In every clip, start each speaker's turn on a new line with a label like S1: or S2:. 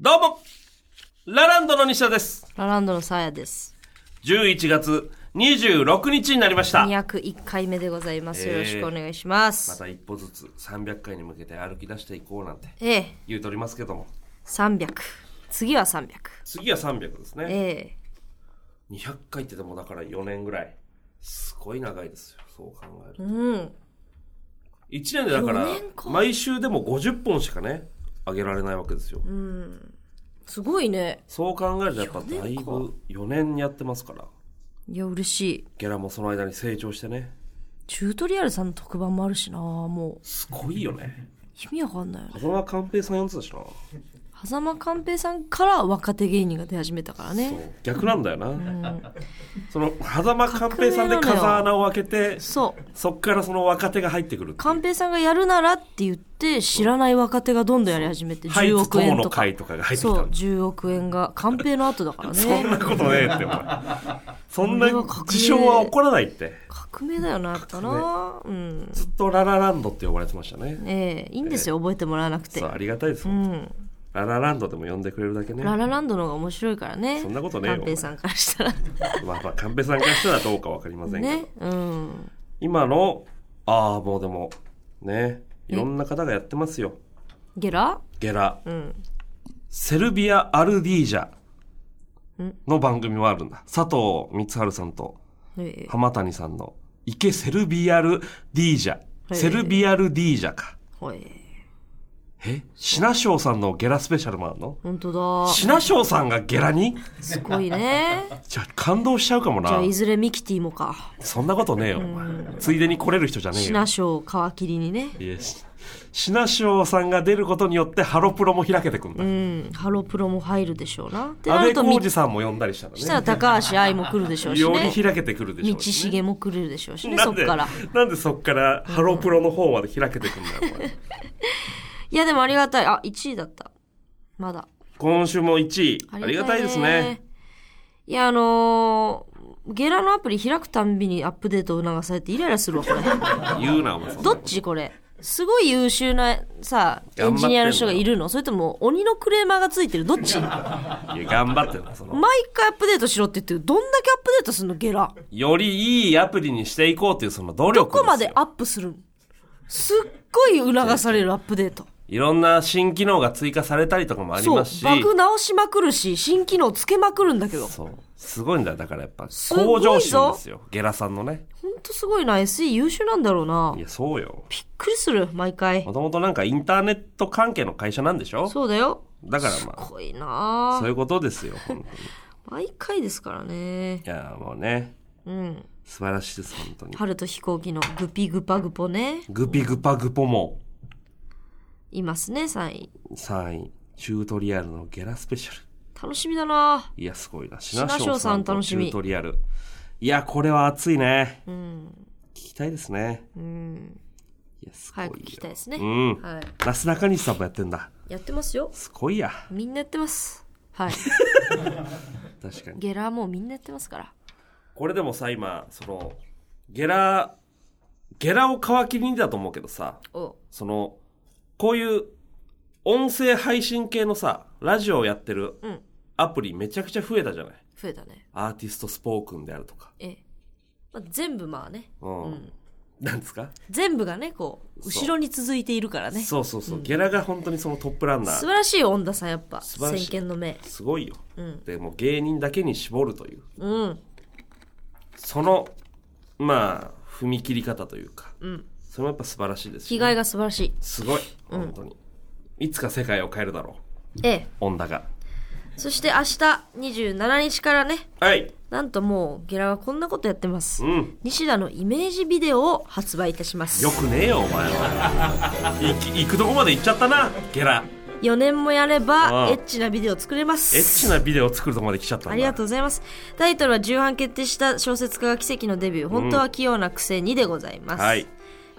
S1: どうもラランドの西田です。
S2: ラランドのサーヤです。
S1: 11月26日になりました。ま
S2: 201回目でございます。
S1: えー
S2: よろしくお願いします。
S1: た一歩ずつ300回に向けて歩き出していこうなんて
S2: ええ、
S1: 言うとりますけども。
S2: 300。次は300。
S1: 次は300ですね。
S2: ええ、
S1: 200回ってでもだから4年ぐらい。すごい長いですよ。そう考えると。
S2: うん。
S1: 1年でだから
S2: 四年、か
S1: 毎週でも50本しかね、上げられないわけですよ。
S2: すごいね。
S1: そう考えるとやっぱだいぶ4年やってますから。
S2: いや、嬉しい。
S1: ゲラもその間に成長してね。
S2: チュートリアルさんの特番もあるしな、もう。
S1: すごいよね。
S2: 意味わかんないよね。
S1: 風間寛平さんやってたしな。
S2: 狭間寛平さんから若手芸人が出始めたから
S1: そう
S2: ね。
S1: 逆なんだよな、その狭間寛平さんで風穴を開けて
S2: そう。
S1: そっからその若手が入ってくる
S2: 寛平さんがやるならって言って、知らない若手がどんどんやり始めて、
S1: ハイ
S2: 10
S1: ツ
S2: 億
S1: 友
S2: 円
S1: の
S2: とか。
S1: 会とかが入ってき
S2: そ
S1: た
S2: う、
S1: んだ
S2: 10億円が、寛平の後だか ら
S1: そん
S2: ね。
S1: なことねえってお前そんな
S2: これは革命
S1: 事象は起こらないって
S2: 革命だよな、やっぱな。うん。
S1: ずっとララランドって呼ばれてましたね
S2: ええいいんですよ、覚えてもらわなくて
S1: そう。ありがたいです、
S2: うん。
S1: ララランドでも呼んでくれるだけね
S2: ラ
S1: まあ
S2: ラランドの方が面白いからね。
S1: そんなことねえよ
S2: 寛平さんからしたら。
S1: まあ寛平さんからしたらどうかわかりませんけど、
S2: ね。うん。
S1: 今のああもうでもねいろんな方がやってますよ
S2: ゲラ
S1: ゲラ
S2: うん。
S1: セルビア・アルディージャの番組もあるんだ。佐藤光春さんと
S2: ええ
S1: 浜谷さんの池セルビアルディージャ。
S2: い
S1: セルビアルディージャか。
S2: ほい。
S1: え品翔さんのゲラスペシャルもあるの
S2: ほんとだ。
S1: 品翔さんがゲラに
S2: すご いね。
S1: じゃあ感動しちゃうかも
S2: じゃ
S1: な
S2: あ、。いずれミキティもか。
S1: そんなことねえよ。お前ついでに来れる人じゃねえ
S2: シ
S1: よ
S2: ナ。ショーを皮切りにね。
S1: いやし品翔さんが出ることによってハロプロも開けてくんだ。
S2: うん。ハロプロも入るでしょうな。ってな
S1: 安倍
S2: ると、み
S1: 浩二さんも呼んだりしたら
S2: したら
S1: ね。
S2: 高橋愛も来るでしょうし
S1: より
S2: ね。
S1: 開けてくるでしょ
S2: 道
S1: うしね
S2: 重も来るでしょうしね、
S1: な
S2: そ
S1: ん
S2: っ
S1: で
S2: から。
S1: なんでそっからハロプロの方まで開けてくんだよ、お前
S2: いや、でもありがたい。あ、1位だった。まだ。
S1: 今週も1位。ありがたいですね。。
S2: いや、あのーゲラのアプリ開くたんびにアップデートを促されてイライラす るわ、これ。
S1: 言うな、お前そんな
S2: どっちこれ。すごい優秀な、さ、エンジニアの人がいるのそれとも鬼のクレーマーがついてるどっち毎
S1: いや、頑張ってるな、その。
S2: 回アップデートしろって言ってる。どんだけアップデートすんのゲラ。
S1: よりいいアプリにしていこうっていうその努
S2: ど
S1: 力
S2: こま
S1: です
S2: で
S1: よ。
S2: アップするんすっごい促されるアップデート。
S1: いろんな新機能が追加されたりとかもあり
S2: そう。
S1: ますし。
S2: バグ直しまくるし、新機能つけまくるんだけど。
S1: そう。すごいんだよ。だからやっぱ、
S2: ご
S1: 向
S2: いぞ
S1: 上心ですよ。ゲラさんのね。。
S2: ほんとすごいな。SE 優秀なんだろうない
S1: や、そうよ。
S2: びっくりする、毎回
S1: も。ともとなんかインターネット関係の会社なんでしょ
S2: そうだよ。
S1: だからまあ、
S2: 濃いな
S1: そういうことですよ。本当にい
S2: 毎回ですからね。
S1: や、もうね、
S2: うん。
S1: 素晴らしいです、本当に。
S2: 春と飛行機のグピグパグポね。
S1: グピグパグポも。
S2: いますね、3位。
S1: 3位、チュートリアルのゲラスペシャル。
S2: 楽しみだない
S1: や、すごいな。シ
S2: ナショウさん
S1: と
S2: 楽
S1: チ
S2: し
S1: ュ
S2: み
S1: ートリアル。いや、これは熱いね。
S2: うん。
S1: 聞きたいですね。
S2: うん。
S1: いや、すごい
S2: 早
S1: よ。
S2: く聞きたいですね。
S1: うん。
S2: はい。
S1: なすなかにしさんもやってんだ。
S2: やってますよ。
S1: すごいや。
S2: みんなやってます。 はい。
S1: 確かに。
S2: ゲラもうみんなやってますから。
S1: これでもさ、今、その、ゲラ、ゲラを皮切りにだと思うけどさ、
S2: お
S1: その、こういう音声配信系のさ、ラジオをやってる
S2: うん。
S1: アプリめちゃくちゃ増えたじゃない
S2: 増えたね。
S1: アーティストスポークンであるとか。
S2: ええ。まあ、全部まあね。
S1: うん。なんですか
S2: 全部がね、こう、
S1: そう
S2: 後ろに続いているからね。素
S1: そうそうそう、ゲラが本当にそのトップランナ
S2: 晴
S1: ー
S2: らしいよ、恩田さん、やっぱ。
S1: 素晴らしい
S2: 先見の目。
S1: すごいよ、
S2: ん
S1: でもう芸人だけに絞るという
S2: うん。
S1: そのまあ踏み切り方というか、
S2: ん
S1: それもやっぱ素晴らしいです
S2: 着
S1: ね
S2: 替えが素晴らしい。
S1: すごい本当に、いつか世界を変えるだろ
S2: ええ。
S1: う女が
S2: そして明日27日からね、
S1: はい
S2: なんともうゲラはこんなことやってます。
S1: うん
S2: 西田のイメージビデオを発売いたします
S1: よ。くねえよお前は 行き行くとこまで行っちゃったなゲラ
S2: 4年もやれ
S1: ああ
S2: ばエッチなビデオを作れま
S1: エッ
S2: す。
S1: チなビデオを作るとこまで来ちゃったんだ
S2: ありがとうございます。タイトルは重版決定した小説家が奇跡のデビュー、本当は器用なくせにでございます。
S1: はい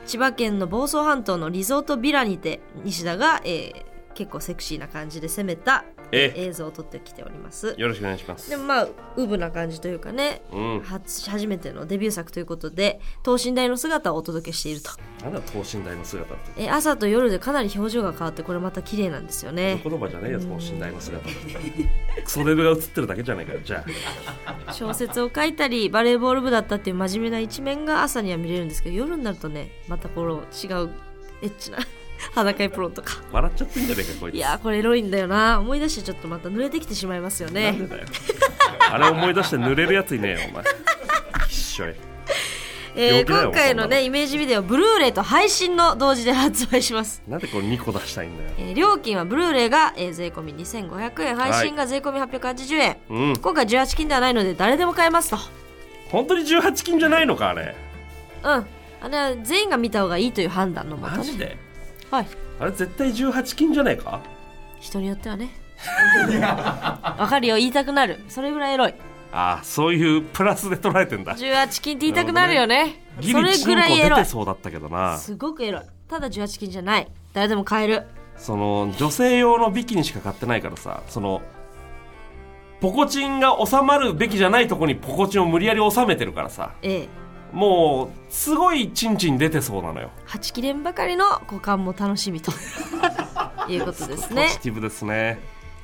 S2: 千葉県の房総半島のリゾートビラにて西田が、えー結構セクシーな感じで攻めた
S1: え
S2: 映像を撮ってきております
S1: よろしくお願いします
S2: でもまあウブな感じというかね、
S1: うん
S2: 初初めてのデビュー作ということで等身大の姿をお届けしていると
S1: なんだ等身大の姿って
S2: え朝と夜でかなり表情が変わってこれまた綺麗なんですよ ね
S1: 言葉じゃねえよ等身大の姿なんてそれが映ってるだけじゃないからじゃ
S2: 小説を書いたりバレーボール部だったっていう真面目な一面が朝には見れるんですけど夜になるとねまたこの違うエッチな 裸エプロンとか
S1: あ笑っちゃってんじゃねえかこいつ
S2: いやーこれエロいんだよな思い出してちょっとまた濡れてきてしまいますよ
S1: なんで
S2: ね
S1: だよあれ思い出して濡れるやついねえよお前一緒や病
S2: えー
S1: 気だよ
S2: 今回の
S1: そんなの
S2: ねイメージビデオブルーレイと配信の同時で発売します
S1: なんでこれ2個出したいんだよ
S2: えー料金はブルーレイが、えー税込み2500円配信が税込み880円、
S1: うん
S2: 今回18金ではないので誰でも買えますと
S1: 本当に18金じゃないのかあれ
S2: うんあれは全員が見た方がいいという判断のもと、
S1: マジ
S2: ね、
S1: で
S2: はい
S1: あれ絶対18金じゃないか
S2: 人によってはねわかるよ言いたくなるそれぐらいエロい
S1: ああそういうプラスで捉えてんだ
S2: 18金って言いたくなるよね
S1: ギ
S2: そ
S1: リ
S2: れ
S1: チン
S2: ぐら
S1: コ
S2: いエ
S1: 出
S2: ロ
S1: て
S2: い
S1: そうだったけどな
S2: すごくエロいただ18金じゃない誰でも買える
S1: その女性用のビキニしか買ってないからさそのポコチンが収まるべきじゃないとこにポコチンを無理やり収めてるからさ
S2: ええ
S1: もうすごいチンチン出てそうなのよ
S2: 8切れんばかりの股間も楽しみと いうことです
S1: ポ
S2: ね
S1: ジティブですね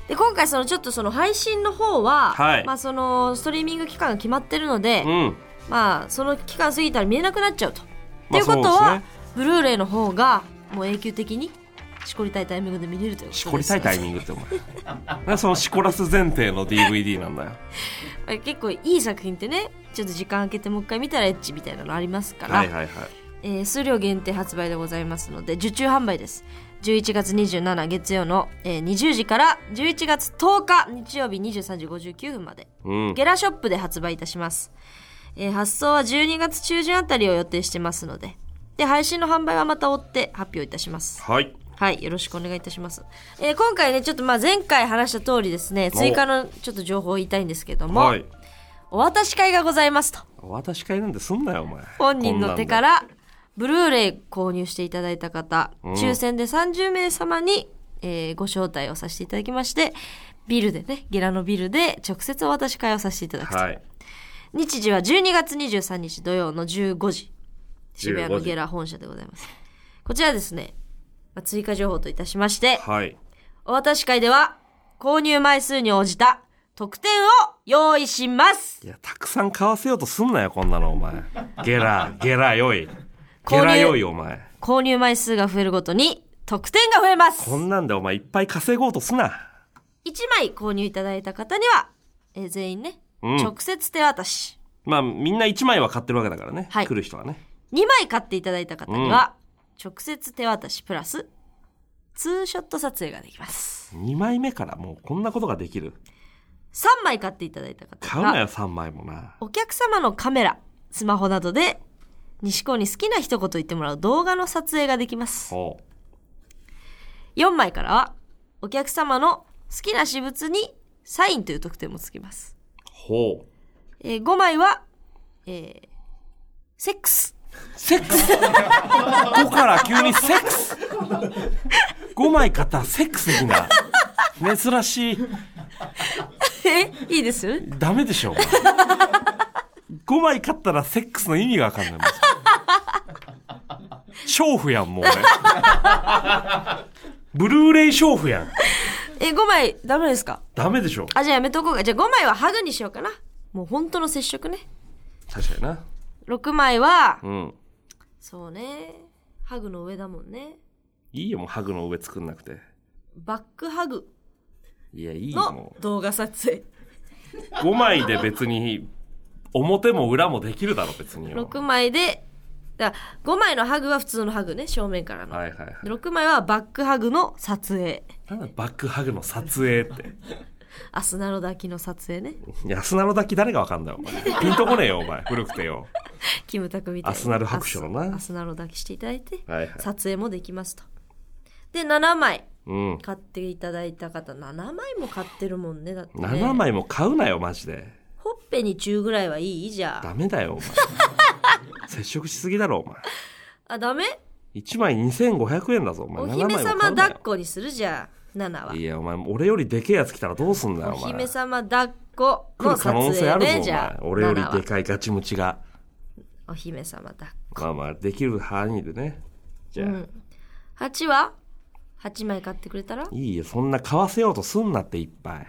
S2: で今回そのちょっとその配信の方は、
S1: はい
S2: まあ、そのストリーミング期間が決まってるので、
S1: うん
S2: まあその期間過ぎたら見えなくなっちゃうと。
S1: まあ
S2: っていうこと
S1: そう
S2: は、
S1: ですね
S2: ブルーレイの方がもう永久的にしこりたいタイミングで見れるということです
S1: しこりたいタイミングってお前なん でそのしこらす前提の DVD なんだよ
S2: あれ結構いい作品ってねちょっと時間空けてもう一回見たらエッチみたいなのありますから、
S1: はいはいはい
S2: えー数量限定発売でございますので受注販売です11月27月曜の、えー20時から11月10日日曜日23時59分まで
S1: うん
S2: ゲラショップで発売いたします、えー発送は12月中旬あたりを予定してますのでで配信の販売はまた追って発表いたします
S1: はい
S2: はい、よろしくお願いいたします。えー今回ね、ちょっとまあ前回話した通りですね、追加のちょっと情報を言いたいんですけども、
S1: はい
S2: お渡し会がございますと。
S1: お渡し会なんてすんなよお前
S2: 本人の手か
S1: こ
S2: ら、ブルーレイ購入していただいた方、抽選で30名様に、えーご招待をさせていただきまして、ビルでね、ゲラのビルで直接お渡し会をさせていただく
S1: ん
S2: と。
S1: なんはい
S2: 日時は12月23日土曜の15時。渋谷のゲラ本社でございます。こちらですね、まあ追加情報といたしまして、
S1: はい
S2: お渡し会では、購入枚数に応じた特典を用意します。
S1: いやたくさん買わせようとすんなよこんなのお前ゲラゲラよい
S2: 購
S1: ゲ
S2: 入
S1: ラよいお前
S2: 購入枚数が増えるごとに、特典が増えます。
S1: こんなんでお前いっぱい稼ごうとすな
S2: 1枚購入いただいた方には、えー全員ね、
S1: うん
S2: 直接手渡し。
S1: まあみんな1枚は買ってるわけだからね、
S2: はい
S1: 来る人はね
S2: 2枚買っていただいた方には、直接手渡しプラス、ツーショット撮影ができます。
S1: 2枚目からもうこんなことができる
S2: 3枚買っていただいた方
S1: 買
S2: に
S1: うな
S2: は、
S1: よ3枚もな
S2: お客様のカメラ、スマホなどで、西高に好きな一言言ってもらう動画の撮影ができます。
S1: ほう
S2: 4枚からはお客様の好きな私物にサインという特典もつきます。
S1: ほう
S2: えー5枚は、えーセックス。
S1: セックス ?5 から急にセックス !5 枚買ったらセックス的な。珍しい。
S2: えいいですよね。
S1: ダメでしょ。5枚買ったらセックスの意味がわかんないもん。娼婦やん、もう俺。ブルーレイ娼婦やん。
S2: えー、5枚ダメですか
S1: ダメでしょ。
S2: あ、じゃあやめとこうか。じゃあ5枚はハグにしようかな。もう本当の接触ね。
S1: 確かにな。
S2: 6枚は、
S1: うん。
S2: そうね。ハグの上だもんね。
S1: いいよ、もうハグの上作んなくて。
S2: バックハグ
S1: いや、いいよ、
S2: の
S1: も
S2: 動画撮影。
S1: う。5枚で別に、表も裏もできるだろ、別によ。
S2: 6枚で、だ5枚のハグは普通のハグね。正面からの。
S1: はいはいはい。
S2: 6枚はバックハグの撮影。
S1: なんだバックハグの撮影って。
S2: アスナロダキの撮影ね。
S1: 安ナロだけ誰がわかんだよ、お前。ピンとこねえよ、お前。古くてよ。
S2: キムタクみたいに
S1: アスナル白書のな
S2: アスアスナロだけしていただいて、
S1: はいはい
S2: 撮影もできますと。で、7枚
S1: うん。
S2: 買っていただいた方、7枚も買ってるもんね、だって、ね。
S1: 7枚も買うなよ、マジで。
S2: ほっぺに中ぐらいはいいじゃあ。
S1: ダメだよ、お前。接触しすぎだろ、お前。
S2: あ、ダメ
S1: 1枚2500円だぞ、お前。7
S2: お
S1: 枚
S2: 姫
S1: も買うな
S2: 様抱っ
S1: よ
S2: こにするじゃあ。 7話
S1: いやお前俺よりでけえやつ来たらどうすんだよ
S2: お
S1: お前
S2: 姫様抱っこ
S1: 来
S2: の
S1: る
S2: 撮
S1: 可能性あ
S2: 影
S1: るぞ
S2: ね
S1: お
S2: じゃ
S1: 前
S2: あ
S1: 俺より
S2: 7
S1: で
S2: 話
S1: かいガチムチが
S2: お姫様抱っ
S1: まあまあできる範囲でねじゃあ、
S2: こ8話8枚買ってくれたら
S1: いいよそんな買わせようとすんなっていっぱい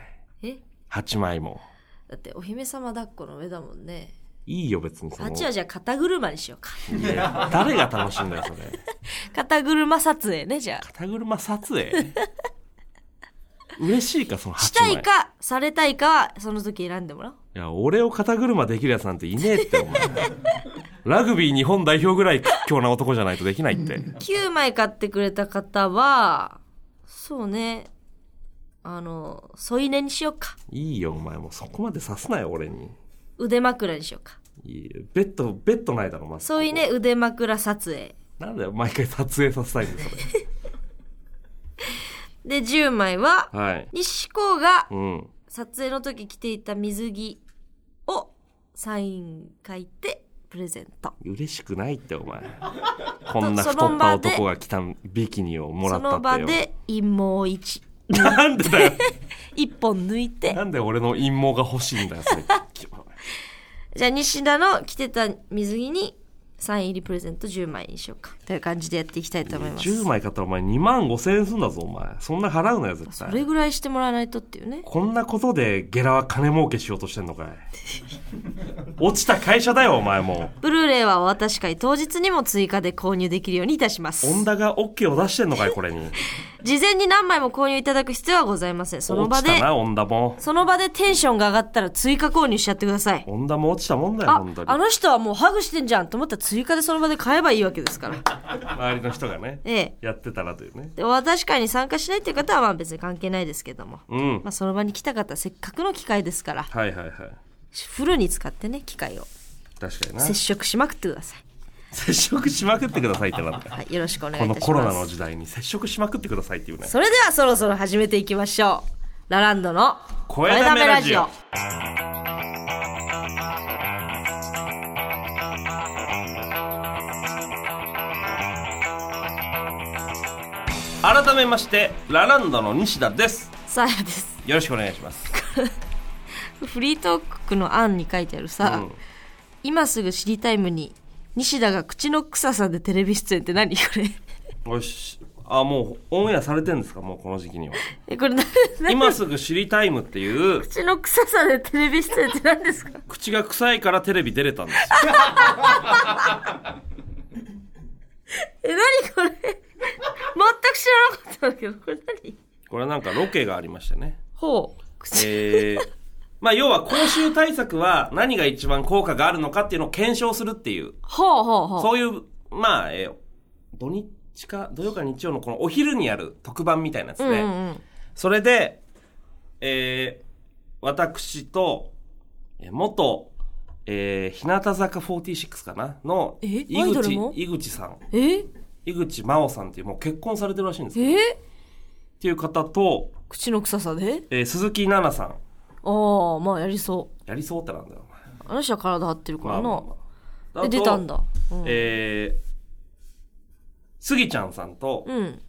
S2: え
S1: 8枚も
S2: だってお姫様抱っこの上だもんね
S1: いいよ別にその
S2: 8話じゃあ肩車にしようか
S1: いや誰が楽しいんだよそれ
S2: 肩車撮影ねじゃあ
S1: 肩車撮影嬉しいかその8枚
S2: したいかされたいかはその時選んでもらおう
S1: いや俺を肩車できるやつなんていねえってお前ラグビー日本代表ぐらい屈強な男じゃないとできないって
S2: 9枚買ってくれた方はそうねあの添い寝にしようか
S1: いいよお前もうそこまでさすなよ俺に
S2: 腕枕にしようか
S1: いいよベッドベッドないだろまず
S2: 添い寝腕枕撮影
S1: なんだよ毎回撮影させたいんだよそれ
S2: で10枚は
S1: はい
S2: 西光が
S1: うん
S2: 撮影の時着ていた水着をサイン書いてプレゼント
S1: 嬉しくないってお 前こんな
S2: そ
S1: 太
S2: の
S1: った
S2: 場で
S1: 男が来たビキニをもら
S2: そ
S1: ったってよ
S2: の場で陰謀を一
S1: なんでだよ
S2: 一本抜いて
S1: なんで俺の陰謀が欲しいんだよそれ
S2: じゃあ西田の着てた水着にサイン入りプレゼント10枚にしようかという感じでやっていきたいと思います
S1: 10枚買ったらお前2万5千円すんだぞお前そんな払うなよ絶
S2: それ
S1: 対
S2: ぐらいしてもらわないとっていうね
S1: こんなことでゲラは金儲けしようとしてん のかい落ちた会社だよお前も
S2: ブルーレイはお渡し会当日にも追加で購入できるようにいたします
S1: うオンダが OK を出してんのかいこれに
S2: 事前に何枚も購入いただく必要はございませんその場
S1: 落
S2: で
S1: ちたなオンダも
S2: その場でテンションが上がったら追加購入しちゃってください
S1: オンダも落ちたもんだよ
S2: あ
S1: 本当に
S2: あの人はもうハグしてんじゃんと思ったら追加でその場で買えばいいわけです から
S1: 周りの人がね
S2: ええ
S1: やってたらというね
S2: でお渡し会に参加しないっていう方はまあ別に関係ないですけども、
S1: うん
S2: まあ、その場に来た方せっかくの機会ですから
S1: はいはいはい
S2: フルに使ってね機会を
S1: 確かにな
S2: 接触しまくってください
S1: 接触しまくってくださいってなんだ
S2: はい、よろしくお願い
S1: こ
S2: い
S1: の
S2: たします。
S1: コロナの時代に接触しまくってくださいっていうね
S2: それではそろそろ始めていきましょう。ラランドの
S1: 声だめラジオ
S2: 声だ
S1: 改めましてラランドの西田です
S2: めラジオさあやです。
S1: よろしくお願いします、
S2: フリートークの案に書いてあるさ、
S1: うん
S2: 今すぐ知りタイムに西田が口の臭さでテレビ出演って何これ。
S1: よしあもうオンエアされてんですかもうこの時期に は
S2: え、これな、な、
S1: 今すぐ知りタイムっていう
S2: 口の臭さでテレビ出演って何ですか
S1: 口が臭いからテレビ出れたんですよ
S2: え、何これ。全く知らなかったんだけど、これ何
S1: これなんかロケがありましてね
S2: ほう。口。
S1: えー、 まあ要は口臭対策は何が一番効果があるのかっていうのを検証するっていう
S2: ほうほうほう。
S1: そういう、まあ、えー土日か、土曜か日曜のこのお昼にやる特番みたいなやつ
S2: うん
S1: ね。
S2: うんうん。
S1: それで、えー私と、えー元、えー、日向坂46かなの、
S2: え
S1: 井
S2: アイドル
S1: 口
S2: も、
S1: 井口さん、
S2: え
S1: 井口真央さんっていう、もう結婚されてるらしいんですよ
S2: え
S1: っていう方と、
S2: 口の臭さで
S1: えー鈴木奈々さん、
S2: ああ、まあやりそう。
S1: やりそうってなんだよ、
S2: あの人は体張ってるか
S1: お
S2: ら
S1: 前
S2: な。
S1: まあまあまあ
S2: え出たん。
S1: あ
S2: だ。う
S1: と
S2: ん
S1: えー、スギちゃんさんと、
S2: うん。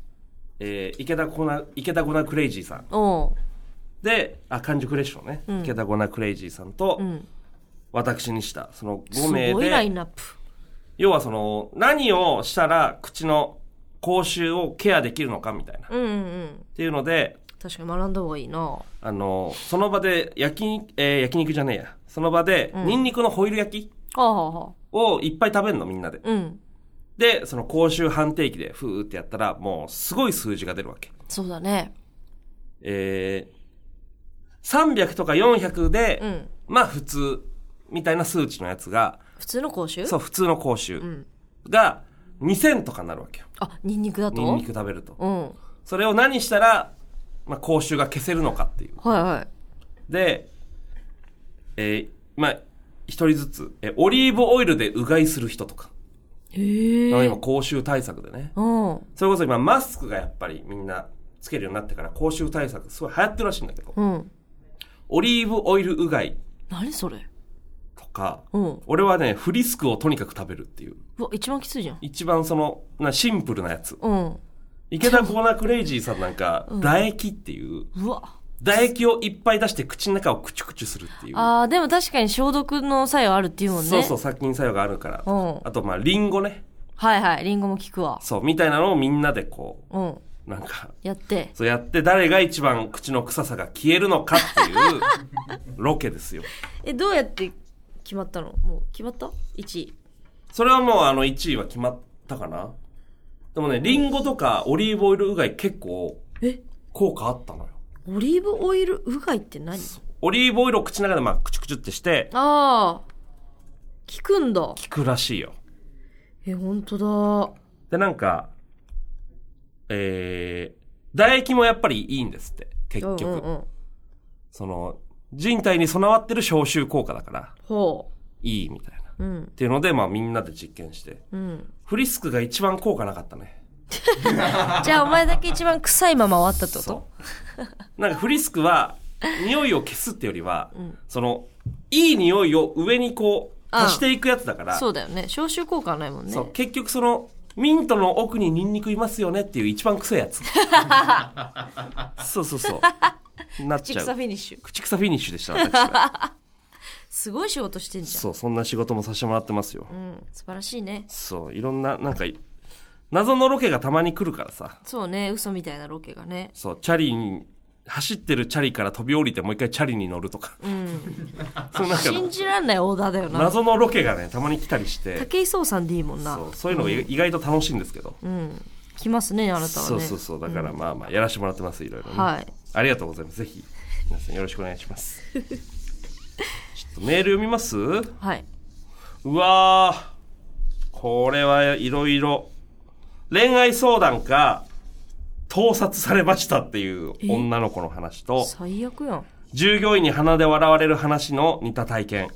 S1: えー池田コナ、池田コナクレイジーさん。
S2: おう。
S1: で、あ、完熟レッションね。
S2: ん
S1: 池田ゴナクレイジーさんと、
S2: うん。
S1: 私にした、その
S2: す
S1: 5名
S2: ごいライ
S1: で、
S2: ンナップ。
S1: 要はその、何をしたら口の口臭をケアできるのかみたいな。っ
S2: うんうんうん。
S1: ていうので、
S2: 確かに学んだ方がいいな。
S1: あの、その場で焼き、えー焼肉じゃねえや。その場で、ニンニクのホイル焼き
S2: はあ、はあは
S1: をいっぱい食べんの、みんなで。
S2: あ、うん。
S1: で、その口臭判定器で、ふーってやったら、もう、すごい数字が出るわけ。
S2: そうだね。
S1: えー、300とか400で、
S2: うん。
S1: まあ普通、みたいな数値のやつが、
S2: 普通の口臭。
S1: そうう、普通の口臭
S2: ん。
S1: が2000とかになるわけよ。
S2: あ、ニンニクだと
S1: ニンニク食べると。
S2: うん。は
S1: それを何したら、まあ、口臭が消せるのかっていう。
S2: いはい。
S1: で、えーまあ、一人ずつ、えーオリーブオイルでうがいする人とか。
S2: へえ。
S1: 今、口臭対策でね。
S2: うん。
S1: それこそ今、マスクがやっぱりみんなつけるようになってから、口臭対策すごい流行ってるらしいんだけど、
S2: うん。
S1: オリーブオイルうがい
S2: 何それ
S1: とか、
S2: うん。
S1: 俺はね、フリスクをとにかく食べるっていう。
S2: うわ、一番きついじゃん。
S1: 一番その、なシンプルなやつ。
S2: うん。
S1: 池田コーナークレイジーさんなんか、唾液っていう、
S2: うわ
S1: 唾液をいっぱい出して口の中をクチュクチュするっていう。
S2: あーでも確かに消毒の作用あるっていうもんね
S1: そうそう、殺菌作用があるから。
S2: うん
S1: あと、まあ、リンゴね。
S2: はいはいリンゴも効くわ
S1: そう、みたいなのをみんなでこ
S2: うん
S1: う、なんか、
S2: やって
S1: そうやって誰が一番口の臭さが消えるのかっていうロケですよ。
S2: えどうやって決まったのもう決まった1位
S1: それはもうあの1位は決まったかなでもね、リンゴとかオリーブオイルうがい結構
S2: え
S1: 効果あったのよ。
S2: オリーブオイルうがいって何
S1: オリーブオイルを口の中でまあクチュクチュってして、
S2: ああ効くんだ
S1: 効くらしいよ。
S2: え本当
S1: で、なんか、えー、唾液もやっぱりいいんですって、
S2: だ
S1: 結局。
S2: うんうんうん
S1: その、人体に備わってる消臭効果だから、
S2: ほ
S1: いいみたいな。っ
S2: ううん
S1: ていうので、まあみんなで実験して。
S2: うん
S1: フリスクが一番効果なかったね。
S2: じゃあお前だけ一番臭いまま終わったってこと
S1: そう。なんかフリスクは、匂いを消すってよりは、
S2: ん
S1: その、いい匂いを上にこう、
S2: ああ
S1: 足していくやつだから、
S2: そうだよね消臭効果はないもんね
S1: そう結局その、ミントの奥にニンニクいますよねっていう一番臭いや つ。そうそうそう。なっ
S2: 口
S1: ちゃ
S2: 臭
S1: う。
S2: フィニッシュ
S1: 口臭フィニッシュでした、私は。
S2: すごい仕事してんじゃん
S1: そう、そんな仕事もさせてもらってますよ。
S2: うん素晴らしいね
S1: そう、いろんな、なんか、謎のロケがたまに来るからさ。
S2: そうね嘘みたいなロケがね
S1: そう、チャリに、走ってるチャリから飛び降りてもう一回チャリに乗るとか。そうなん
S2: 信
S1: か、
S2: じらんないオーダーだよな
S1: 謎のロケがね、たまに来たりして。
S2: 武井壮さんでいいもんな
S1: そう、そういうのが意意外と楽しいんですけど。
S2: うん来ますねあなたはね
S1: そうそうそう、だからまあまあ、やらせてもらってます、いろいろね。
S2: はい
S1: ありがとうございます。ぜひ、皆さんよろしくお願いします。ちょっとメール読みますう
S2: はいう
S1: わー、これはいろいろ。恋愛相談か、盗撮されましたっていう女の子の話と。
S2: 最悪やん
S1: 従業員に鼻で笑われる話の似た体験。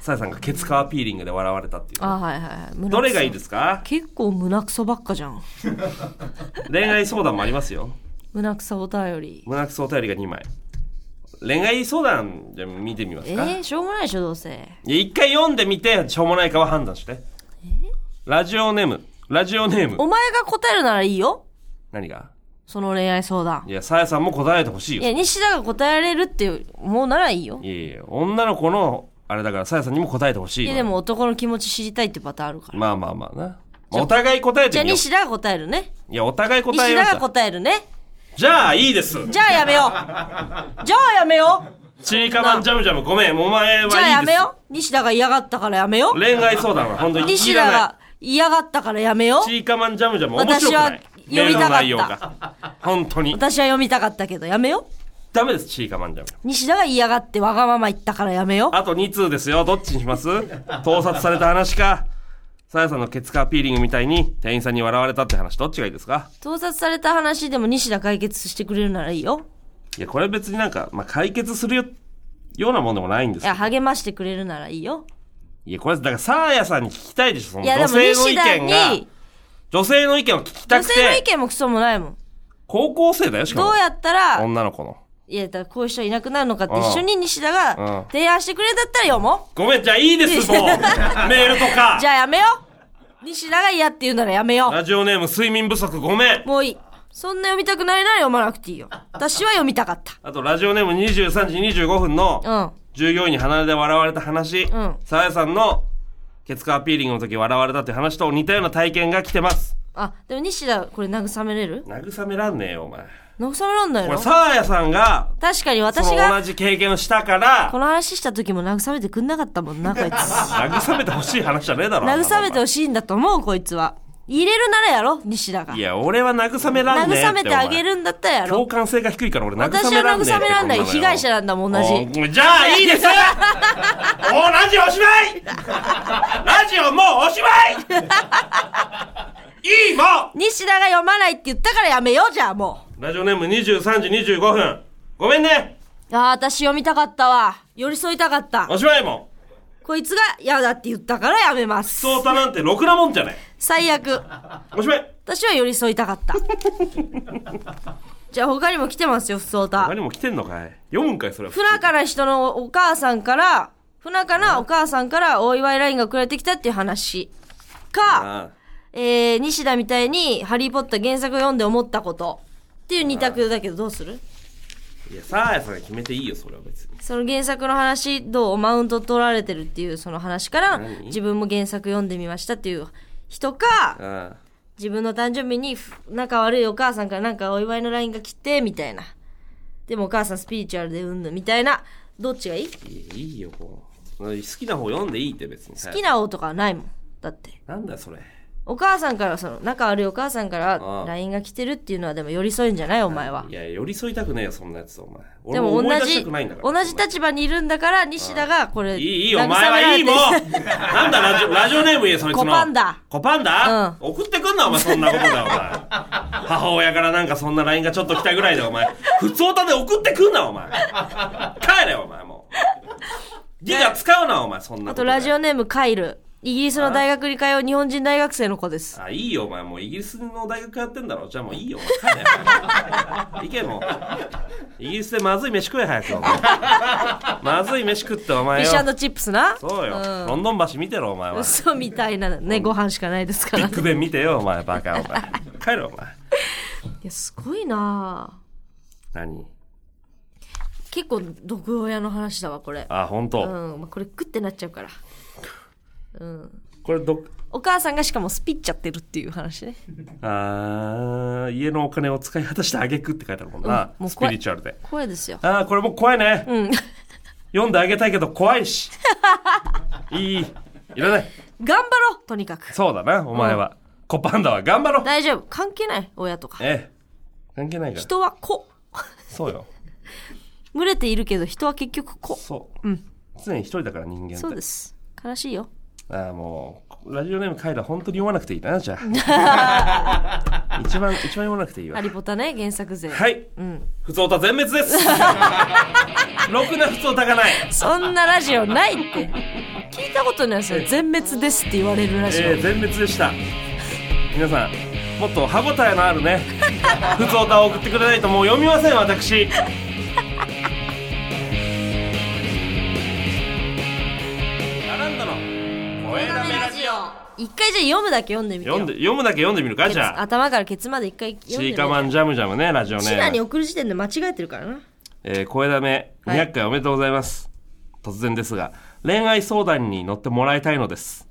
S1: さやさんがケツカーピーリングで笑われたっていう。
S2: あはいはいはい
S1: どれがいいですすか
S2: 結構胸くそばっかじゃん
S1: 恋愛相談もありますよ。
S2: 胸くそお便り
S1: 胸くそお便りが2枚。恋愛相談じゃあ見てみます
S2: え
S1: か、
S2: ー、しょうもないでしょどうせ
S1: いや一回読んでみて、しょうもないかは判断して。ラジオネーム。ラジオネーム
S2: お。前が答えるならいいよ
S1: 何が
S2: その恋愛相談
S1: いや、さやさんも答えてほしい
S2: い
S1: よ。
S2: や西田が答えられるって思うならいいよ
S1: いやいや、女の子の、あれだから、さやさんにも答えてほしい
S2: い
S1: よ。
S2: やでも男の気持ち知りたいってパターンあるから
S1: まあまあまあな。お互い答え
S2: じ
S1: て
S2: ゃあ
S1: みよう。
S2: 西田が答えるね
S1: いや、お互い答え
S2: 西
S1: よう
S2: 田が
S1: さ。
S2: 答えるね
S1: じゃあ、いいです。
S2: じゃあやめよう じゃあやめよう
S1: ちいかばんジャムジャムごめん、お前はいいです。
S2: じゃあやめよう西田が嫌がったからやめよう
S1: 恋愛相談は本当に
S2: 西
S1: い
S2: 田
S1: らな
S2: が嫌がったからやめよ
S1: い。
S2: う
S1: ちいかばんジャムジャム面白くない。
S2: 私は読みたか
S1: メールの
S2: った
S1: 内容が。本当に。
S2: 私は読みたかったけどやめよう
S1: ダメです、ちいかばんジャムジャム。
S2: 西田が嫌がってわがまま言ったからやめよう
S1: あと2通ですよ。どっちにします盗撮された話か、さやさんのケツカーピーリングみたいに店員さんに笑われたって話、どっちがいいですか
S2: 盗撮された話でも西田解決してくれるならいいよ
S1: いや、これ別になんか、まあ、解決するよ、ようなもんでもないんです
S2: い
S1: け
S2: や
S1: ど。
S2: 励ましてくれるならいいよ
S1: いや、これ、だから、さやさんに聞きたいでしょ、その
S2: いやで
S1: 女性
S2: も
S1: の意
S2: 西田
S1: 見が
S2: に。
S1: 女性の意見を聞きた
S2: 女
S1: く
S2: 性の意
S1: て、
S2: 見もクソもないもん
S1: 高校生だよ、しか
S2: ど
S1: も
S2: う。やったら
S1: 女の子の。
S2: いやだからこういう人いなくなるのかって
S1: うん
S2: 一緒に西田
S1: うん
S2: が提案してくれたったら読も
S1: ごめん、じゃあいいです、もう。 メールと
S2: う
S1: か
S2: じ。ゃあやめよう西田が嫌って言うならやめよ
S1: ラジオネーム、睡眠不足、ごめん
S2: う。もういいそんな読みたくないなら読まなくていいよ私は読みたかっ
S1: あと、ラジオネーム23時25分の、
S2: たうん
S1: 従業員に鼻で笑われた話
S2: ん、
S1: さやさんの、ケツカーピーリングの時笑われたって話と似たような体験が来てます。
S2: あでも西田これ慰めれる
S1: 慰めらんねえよ、お前。
S2: 慰めらんない
S1: これ、
S2: の
S1: さやさんが、
S2: 確かに
S1: そ
S2: 私
S1: の同
S2: が
S1: じ経験をしたから
S2: こ、の話した時も慰めてくんなかったもんなこ いつ
S1: 慰めてほしい話じゃねえだろ。
S2: 慰め
S1: ほ
S2: て
S1: し
S2: ほしいんだと思うこいつは入れるならやろ西田が
S1: い。いや、俺は慰めらんねえって。
S2: 慰めてあげ
S1: お前。
S2: るんだったらやろ
S1: 共感性が低いから俺
S2: 私
S1: 慰め
S2: は
S1: らんねえって。
S2: 慰めらんない
S1: この野郎
S2: 被害者なんだもん同じ
S1: おじゃあいい ですもうラジオおしまいラジオもうおしまいいいも
S2: 西田が読まないって言ったからやめようじゃあも
S1: うラジオネーム23時25分ごめんね
S2: うああ私読みたかったわ寄り添いたかった
S1: おしまいも
S2: こいつが嫌だって言ったからやめます
S1: そうたなんてろくなもんじゃない
S2: 最悪
S1: おしまい
S2: 私は寄り添いたかったじゃあ他にも来てますよふつおた
S1: 何も来てんのかい読むんかいそれは
S2: 不仲な人のお母さんから不仲なお母さんからお祝いラインが送られてきたっていう話か
S1: ああ
S2: えー、西田みたいに、ハリーポッター原作を読んで思ったこと。っていう二択だけど、どうする
S1: いや、さあやさんが決めていいよ、それは別に。
S2: その原作の話、どうマウント取られてるっていう、その話から、
S1: 何
S2: 自分も原作読んでみましたっていう人か、
S1: うん。
S2: 自分の誕生日にふ仲悪いお母さんからなんかお祝いの LINE が来て、みたいな。でもお母さんスピリチュアルでうんぬんみたいな。どっちがいい好
S1: いやいいよ、こう。好きな方読んでいいって別に。好
S2: きな王とかはないもん。だって。
S1: なんだよそれ。
S2: お母さんから、その、仲悪いお母さんか
S1: あ
S2: ら
S1: あ。
S2: LINE が来てるっていうのはでも寄り添えんじゃないお前はい
S1: や、寄り添いたくねえよ、そんなやつ、お前。
S2: で
S1: 俺
S2: も
S1: 思い出
S2: 同
S1: し
S2: じ、
S1: たくないんだから
S2: 同じ立場にいるんだから、西田がこれ、
S1: いい、いい、お前はいい、もう
S2: 慰められて
S1: なんだ、ラジオ、ラジオネーム言え、そいつの。
S2: コパンダ
S1: コパンダ送ってくんな、お前、そんなことだよ、 お前。母親からなんかそんな LINE がちょっと来たぐらいで、お前。普通歌で送ってくんな、お前。帰れ、お前、もう。ギガ使うな、お前、そんな
S2: あ
S1: こと
S2: とラジ
S1: オ。
S2: オネームカイル。イギリスの大学に通う日本人大学生の子です。
S1: あ、いいよ、お前。もうイギリスの大学やってんだろ。じゃあもういいよ、お前。帰れ。お前行け、もう。イギリスでまずい飯食え、早く、お前。まずい飯食って、お
S2: フィ
S1: 前
S2: ッ
S1: よ
S2: シ。ュチップスな。
S1: そうよ。
S2: ん
S1: ロンドン橋見てろ、お前は。
S2: 嘘みたいなね、ご飯しかないですか
S1: ビ
S2: ら。い
S1: ッグベン見てよ、お前、バカ、お前。帰ろ、お前。
S2: や、すごいなぁ
S1: 何
S2: 結構、毒親の話だわ、これ。
S1: あ、本
S2: う
S1: 当。
S2: ん、まあ、これ、グってなっちゃうから。
S1: これ、どっ、
S2: お母さんがしかもスピっちゃってるっていう話ね。
S1: あー、家のお金を使い果たしてあげくって書いてあるもんな。
S2: うんもう
S1: ス
S2: 怖
S1: ピ
S2: い
S1: リチュアルで。
S2: 声ですよ。
S1: あー、これもう怖いね。
S2: うん。
S1: 読んであげたいけど怖いし。いい。いらない。
S2: 頑張ろうとにかく。
S1: そうだな、お前は。コパンダは頑張ろう。
S2: 大丈夫。関係ない、親とか。
S1: ええ。関係ないから。
S2: 人は子。
S1: そうよ。
S2: 群れているけど、人は結局子。
S1: そう。うん。常に一人だから人間って。
S2: そうです。悲しいよ。
S1: ああもうラジオネームカイラ本当に読まなくていいなじゃ あ一番一番読まなくていいわ
S2: ハリポタね、原作勢。
S1: はい、
S2: ん
S1: 普通歌全滅です ろくな普通歌がない
S2: そんなラジオないって。聞いたことないですよ。全滅ですって言われるラジオ。
S1: えー、全滅でした皆さんもっと歯応えのある ね普通歌を送ってくれないともう読みません私アランダの声だめラジオ
S2: 一回じゃあ読むだけ読んでみてよ
S1: 読んで読むだけ読んでみるかじゃあ
S2: 頭からケツまで一回読んで
S1: チ
S2: み
S1: ー
S2: て
S1: カマンジャムジャムねラジオね
S2: シナに送る時点で間違えてるからな
S1: えー、声だめ
S2: はい
S1: 200回おめでとうございます、突然ですが恋愛相談に乗ってもらいたいのです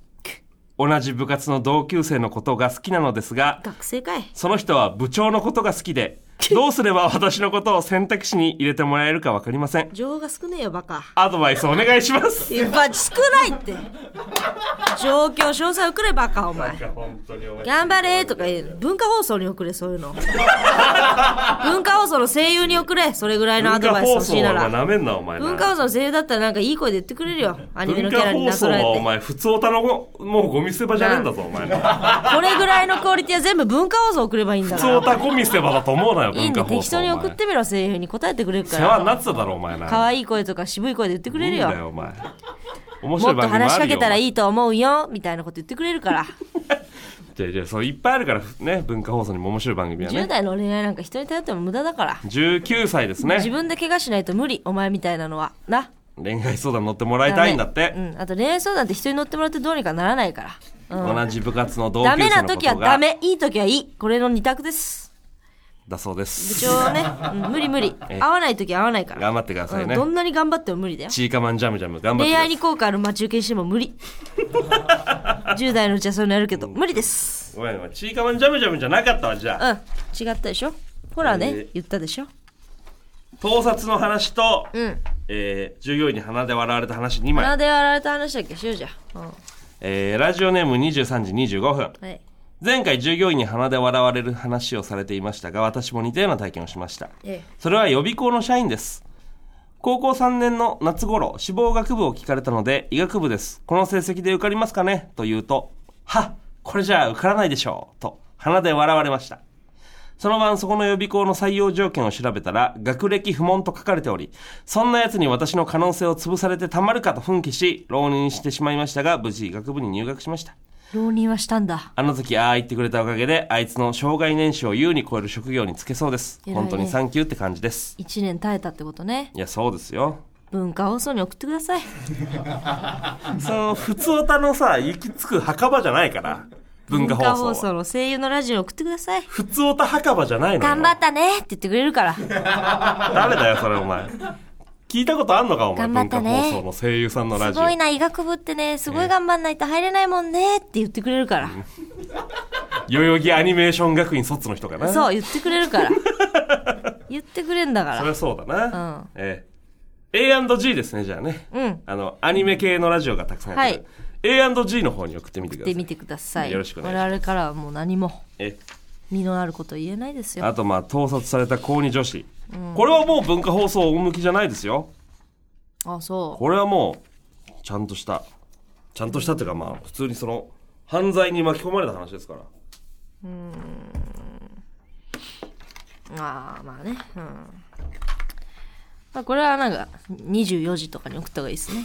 S1: 同じ部活の同級生のことが好きなのですが
S2: 学生かい
S1: その人は部長のことが好き でどうすれば私のことを選択肢に入れてもらえるか分かりません
S2: 情報が少ねえよバカ
S1: アドバイスお願いします
S2: いやバチ少ないって状況詳細送れバカお前頑張れとか言う文化放送に送れそういうの文化放送の声優に送れそれぐらいのア
S1: 文
S2: ド
S1: 化
S2: バイス
S1: 放
S2: 欲し
S1: 送
S2: いな
S1: は
S2: ら
S1: なめんなお前な
S2: 文化放送の声優だったらなんかいい声で言ってくれるよアニメのキャラに
S1: 文化放
S2: な
S1: 送
S2: ぞらえ
S1: は
S2: て
S1: お前普通おたのごもうゴミ捨て場じゃねえんだぞお前な
S2: これぐらいのクオリティは全部文化放送送ればいいんだ
S1: 普
S2: か
S1: 通
S2: ら
S1: おたゴミ捨て場だと思うなよ
S2: い
S1: 文
S2: いんで
S1: 化放送
S2: 適当に送ってみろ声優に答えてくれるか
S1: お前世話
S2: ら
S1: になってただろお前な
S2: 可愛い声とか渋い声で言ってくれる
S1: いいんだ
S2: よ
S1: よお前面
S2: も
S1: 白
S2: っ
S1: い
S2: と
S1: 番組あるよ
S2: 話しかけたらいいと思うよみたいなこと言ってくれるから
S1: じゃあじゃあそういっぱいあるからね文化放送にも面白い番組は
S2: 10
S1: ね
S2: 代の恋愛なんか人に頼っても無駄だから
S1: 19歳です
S2: 自
S1: ね
S2: 分で怪我しないと無理お前みたいなのはな
S1: 恋愛相談乗ってもらいたいんだっ
S2: う
S1: て、
S2: んあと恋愛相談って人に乗ってもらってどうにかならないから
S1: 同じ部活の同級
S2: ダメ
S1: 生
S2: な
S1: のこ
S2: 時は
S1: と
S2: ダ
S1: が
S2: メいい時はいいこれの二択です
S1: だそうで
S2: 部
S1: す
S2: 長ね、うん無理 無理合わない時は合わないから
S1: 頑張ってください
S2: うん
S1: ね
S2: どんなに頑張っても無理だよ
S1: チーカマンジャムジャム頑張って
S2: 恋
S1: くださ
S2: 愛
S1: い
S2: に効果ある待ち受けにしても 無理10代のうちはそういうのやるけど無理です
S1: ごめんごめんチーカマンジャムジャムじゃなかったわじゃあ、
S2: うん違ったでしょほらね、
S1: えー
S2: 言ったでしょ
S1: 盗撮の話と、
S2: うん
S1: えー従業員に鼻で笑われた話2枚
S2: 鼻、で笑われた話だっけしようじゃんうん
S1: えーラジオネーム23時25分
S2: はい
S1: 前回従業員に鼻で笑われる話をされていましたが私も似たような体験をしました
S2: ええ
S1: それは予備校の社員です。高校3年の夏頃、志望学部を聞かれたので、医学部です。この成績で受かりますかねと言うと、はこれじゃあ受からないでしょうと、鼻で笑われました。その晩、そこの予備校の採用条件を調べたら、学歴不問と書かれており、そんな奴に私の可能性を潰されてたまるかと奮起し、浪人してしまいましたが、無事医学部に入学しました。
S2: 浪人はしたんだ
S1: あの時ああ言ってくれたおかげで、あいつの障害年収を優に超える職業に就けそうです。
S2: 偉いね
S1: 本当にサンキューって感じです。
S2: 1年耐えたってことね
S1: いや、そうですよ。
S2: 文化放送に送ってください
S1: その、普通歌のさ、行き着く墓場じゃないから。文化放送は
S2: 放送の声優のラジオ送ってください。
S1: 普通オタ墓場じゃないのよ
S2: 頑張ったねって言ってくれるから。
S1: 誰だよそれお前聞いたことあんのかお前、
S2: 頑
S1: 文
S2: 張っ
S1: 化
S2: たね
S1: 放送の声優さんのラ
S2: す
S1: ジオ
S2: ごいな、医学部ってね、すごい頑張んないと入れないもんねって言ってくれるから。
S1: 代々木アニメーション学院卒の人かな
S2: そう、言ってくれるから。 言ってくれんだか
S1: そりゃそうだな、
S2: うん
S1: ええ A&G ですねじゃあね、
S2: ら。うん。
S1: あのアニメ系のラジオがたくさんやってる、A&G の方に送ってみてくださ
S2: 行っ
S1: い
S2: てみてください。
S1: よろしくお願いします
S2: 我々からはもう何も
S1: え
S2: 身のあること言えないですよ。
S1: あとまあ盗撮された高2女子、これはもう文化放送向きじゃないですよ
S2: あ、そう。
S1: これはもうちゃんとしたちゃんとしたっていうかまあ普通にその犯罪に巻き込まれた話ですから
S2: ああ、まあね。うん。まあこれはなんか24時とかに送った方がいいで すね。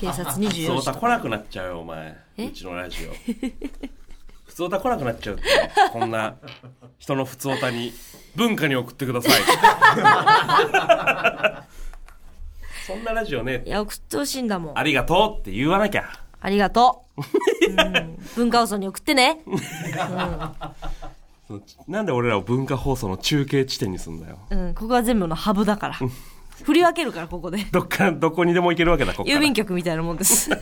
S2: 警察
S1: 普通
S2: 24時
S1: 歌
S2: とか。
S1: 来なくなっちゃうよお前うちのラジオ普通歌来なくなっちゃうってこんな人の普通歌に文化に送ってくださいそんなラジオね
S2: いや、送ってほしいんだもん。
S1: ありがとうって言わなきゃ
S2: ありがとう。うん文化放送に送ってね。
S1: そのなんで俺らを文化放送の中継地点にすんだよ
S2: うん、ここは全部のハブだから。振り分けるから、ここで。
S1: どっからどこにでも行けるわけだこっから
S2: 郵便局みたいなもん です。こ